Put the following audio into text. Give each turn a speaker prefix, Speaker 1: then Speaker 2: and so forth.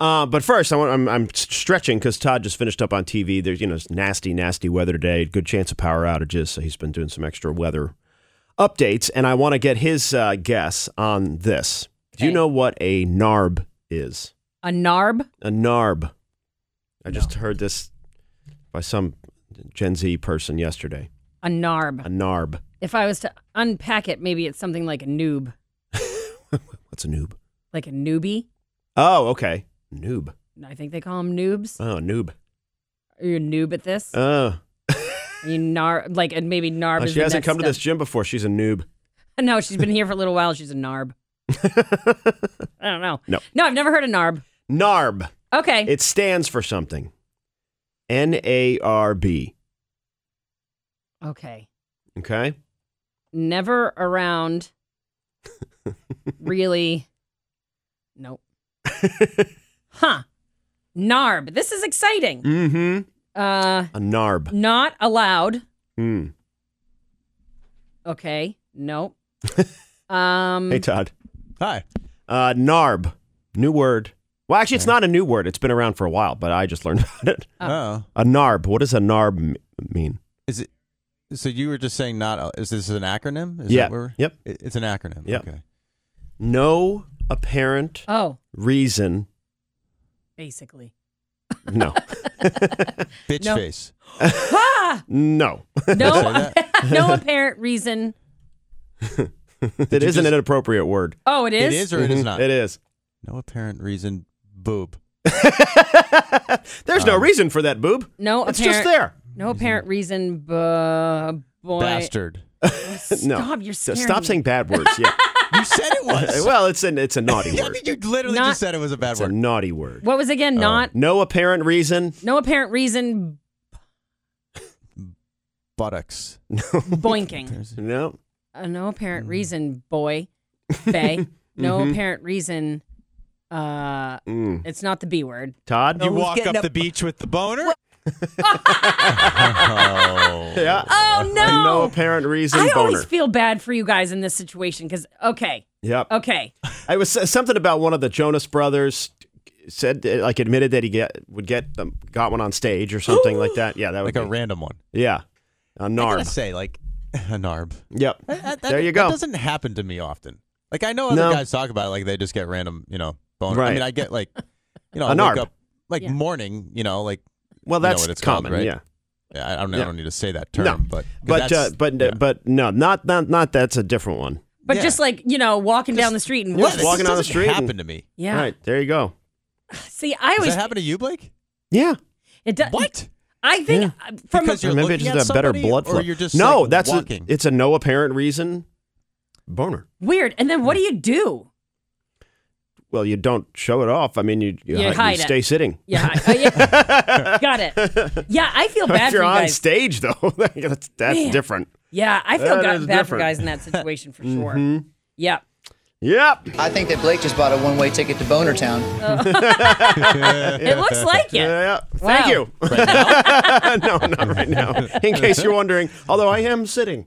Speaker 1: Uh, but first, I want, I'm, I'm stretching because Todd just finished up on TV. There's you know it's nasty, nasty weather today. Good chance of power outages, so he's been doing some extra weather updates. And I want to get his uh, guess on this. Do you
Speaker 2: Okay.
Speaker 1: know what a narb is?
Speaker 2: A narb?
Speaker 1: A narb. I just heard this by some Gen Z person yesterday.
Speaker 2: A narb.
Speaker 1: A narb.
Speaker 2: If I was to unpack it, maybe it's something like a noob,
Speaker 1: What's a noob?
Speaker 2: like a newbie.
Speaker 1: Oh, okay. Noob.
Speaker 2: I think they call them noobs.
Speaker 1: Oh, noob.
Speaker 2: Are you a noob at this?
Speaker 1: Oh.
Speaker 2: Are you nar like and maybe narb
Speaker 1: Oh,
Speaker 2: is
Speaker 1: she
Speaker 2: the
Speaker 1: hasn't
Speaker 2: next
Speaker 1: come to this
Speaker 2: step.
Speaker 1: gym before. She's a noob.
Speaker 2: No, she's been here for a little while. She's a narb. I don't know.
Speaker 1: No.
Speaker 2: No, I've never heard of narb.
Speaker 1: NARB.
Speaker 2: Okay.
Speaker 1: It stands for something. N A R B.
Speaker 2: okay.
Speaker 1: Okay.
Speaker 2: Never around. really. Nope. huh. Narb. This is exciting.
Speaker 1: Mm hmm.
Speaker 2: Uh
Speaker 1: A NARB.
Speaker 2: not allowed.
Speaker 1: Mm.
Speaker 2: Okay. Nope. um
Speaker 1: Hey, Todd.
Speaker 3: Hi.
Speaker 1: Uh, NARB. New word. Well, actually, it's not a new word. It's been around for a while, but I just learned about it.
Speaker 3: Oh.
Speaker 1: A NARB. What does a NARB m- mean?
Speaker 3: Is it? So you were just saying not? uh, Is this an acronym? Is
Speaker 1: Yeah.
Speaker 3: That where,
Speaker 1: Yep.
Speaker 3: It, it's an acronym.
Speaker 1: Yep.
Speaker 3: Okay.
Speaker 1: No apparent
Speaker 2: Oh,
Speaker 1: reason.
Speaker 2: basically.
Speaker 1: No.
Speaker 3: Bitch
Speaker 2: No.
Speaker 3: face.
Speaker 2: Ah!
Speaker 1: no.
Speaker 2: No
Speaker 3: Say
Speaker 2: no apparent reason.
Speaker 1: It
Speaker 3: you
Speaker 1: isn't
Speaker 3: just-
Speaker 1: an appropriate word.
Speaker 2: Oh, it is?
Speaker 3: It is or it is
Speaker 1: Mhm.
Speaker 3: not.
Speaker 1: It is.
Speaker 3: No apparent reason. Boob.
Speaker 1: There's no reason for that boob.
Speaker 2: No
Speaker 1: It's
Speaker 2: apparent
Speaker 1: just there.
Speaker 2: No apparent reason, bu- boy.
Speaker 3: Bastard.
Speaker 1: No.
Speaker 2: Stop, you're
Speaker 1: So
Speaker 2: scaring
Speaker 1: Stop
Speaker 2: me.
Speaker 1: saying bad words. Yeah.
Speaker 3: you said it was.
Speaker 1: well, it's an it's a naughty
Speaker 3: I
Speaker 1: word.
Speaker 3: mean, you literally
Speaker 2: Not-
Speaker 3: just said it was a bad
Speaker 1: It's a
Speaker 3: word.
Speaker 1: naughty word.
Speaker 2: What was again?
Speaker 1: Oh.
Speaker 2: Not
Speaker 1: No apparent reason.
Speaker 2: no apparent reason.
Speaker 3: Buttocks.
Speaker 2: Boinking.
Speaker 3: There's-
Speaker 1: No.
Speaker 2: Uh, no apparent
Speaker 1: Hmm.
Speaker 2: reason, boy. Bay. No apparent reason. Uh,
Speaker 1: Mm-hmm. Mm.
Speaker 2: it's not the B word.
Speaker 1: Todd.
Speaker 3: You
Speaker 4: was
Speaker 3: walk
Speaker 4: getting
Speaker 3: up
Speaker 4: up-
Speaker 3: the beach with the boner. oh.
Speaker 1: Yeah.
Speaker 2: Oh no!
Speaker 1: A no apparent reason.
Speaker 2: I
Speaker 1: boner.
Speaker 2: always feel bad for you guys in this situation because okay,
Speaker 1: yep.
Speaker 2: okay,
Speaker 1: I was uh, something about one of the Jonas Brothers said like admitted that he get would get them, got one on stage or something like that. Yeah, that would
Speaker 3: Like a
Speaker 1: be,
Speaker 3: random one.
Speaker 1: yeah. A
Speaker 3: I gotta
Speaker 1: narb.
Speaker 3: say, like a narb.
Speaker 1: Yep.
Speaker 3: That- that-
Speaker 1: There you
Speaker 3: That
Speaker 1: go.
Speaker 3: doesn't happen to me often. Like I know other
Speaker 1: No.
Speaker 3: guys talk about it, like they just get random, you know, boner. I
Speaker 1: Right.
Speaker 3: mean, I get like, you know,
Speaker 1: A
Speaker 3: I
Speaker 1: narb.
Speaker 3: wake up like
Speaker 2: Yeah.
Speaker 3: morning, you know, like
Speaker 1: Well,
Speaker 3: You know
Speaker 1: that's
Speaker 3: what it's called,
Speaker 1: common.
Speaker 3: right?
Speaker 1: Yeah.
Speaker 3: I I don't,
Speaker 1: Yeah.
Speaker 3: I don't need to say that term,
Speaker 1: No.
Speaker 3: but 'cause
Speaker 1: But uh,
Speaker 3: that's-
Speaker 1: but
Speaker 3: yeah.
Speaker 1: but no, not not not that's a different one.
Speaker 2: but
Speaker 3: Yeah.
Speaker 2: just like you know, walking down the street and
Speaker 3: yeah,
Speaker 2: whoops.
Speaker 3: this
Speaker 1: walking down the
Speaker 3: doesn't
Speaker 1: street and-
Speaker 3: happened to me.
Speaker 2: yeah.
Speaker 1: All right, there you go.
Speaker 2: See, I
Speaker 3: Does
Speaker 2: always
Speaker 3: that happen to you, Blake?
Speaker 1: Yeah.
Speaker 2: it does.
Speaker 3: What?
Speaker 2: I think
Speaker 1: Yeah.
Speaker 2: uh, from a
Speaker 3: Because you're
Speaker 1: Or maybe
Speaker 3: looking
Speaker 1: it's
Speaker 3: at
Speaker 1: just a better
Speaker 3: somebody,
Speaker 1: blood
Speaker 3: or
Speaker 1: flow.
Speaker 3: you're just,
Speaker 1: no,
Speaker 3: like,
Speaker 1: that's a-
Speaker 3: walking?
Speaker 1: it's a no apparent reason boner.
Speaker 2: Weird. And then what do you do?
Speaker 1: Well, you don't show it off. I mean, you you,
Speaker 2: You
Speaker 1: hi-
Speaker 2: hide it.
Speaker 1: stay sitting.
Speaker 2: Yeah. I- oh, yeah. Got it. Yeah, I feel bad
Speaker 1: if you're
Speaker 2: for you
Speaker 1: on
Speaker 2: guys.
Speaker 1: stage though, that's, that's
Speaker 2: Man.
Speaker 1: different.
Speaker 2: yeah, I feel
Speaker 1: That
Speaker 2: ga-
Speaker 1: is
Speaker 2: bad for
Speaker 1: different. Mm-hmm.
Speaker 2: guys in that situation for sure. Yeah.
Speaker 1: Yep.
Speaker 5: I think that Blake just bought a one way ticket to Boner Town.
Speaker 2: It looks like it.
Speaker 1: Yeah, yeah. Thank
Speaker 2: Wow.
Speaker 1: you. no, not right now. In case you're wondering, although I am sitting.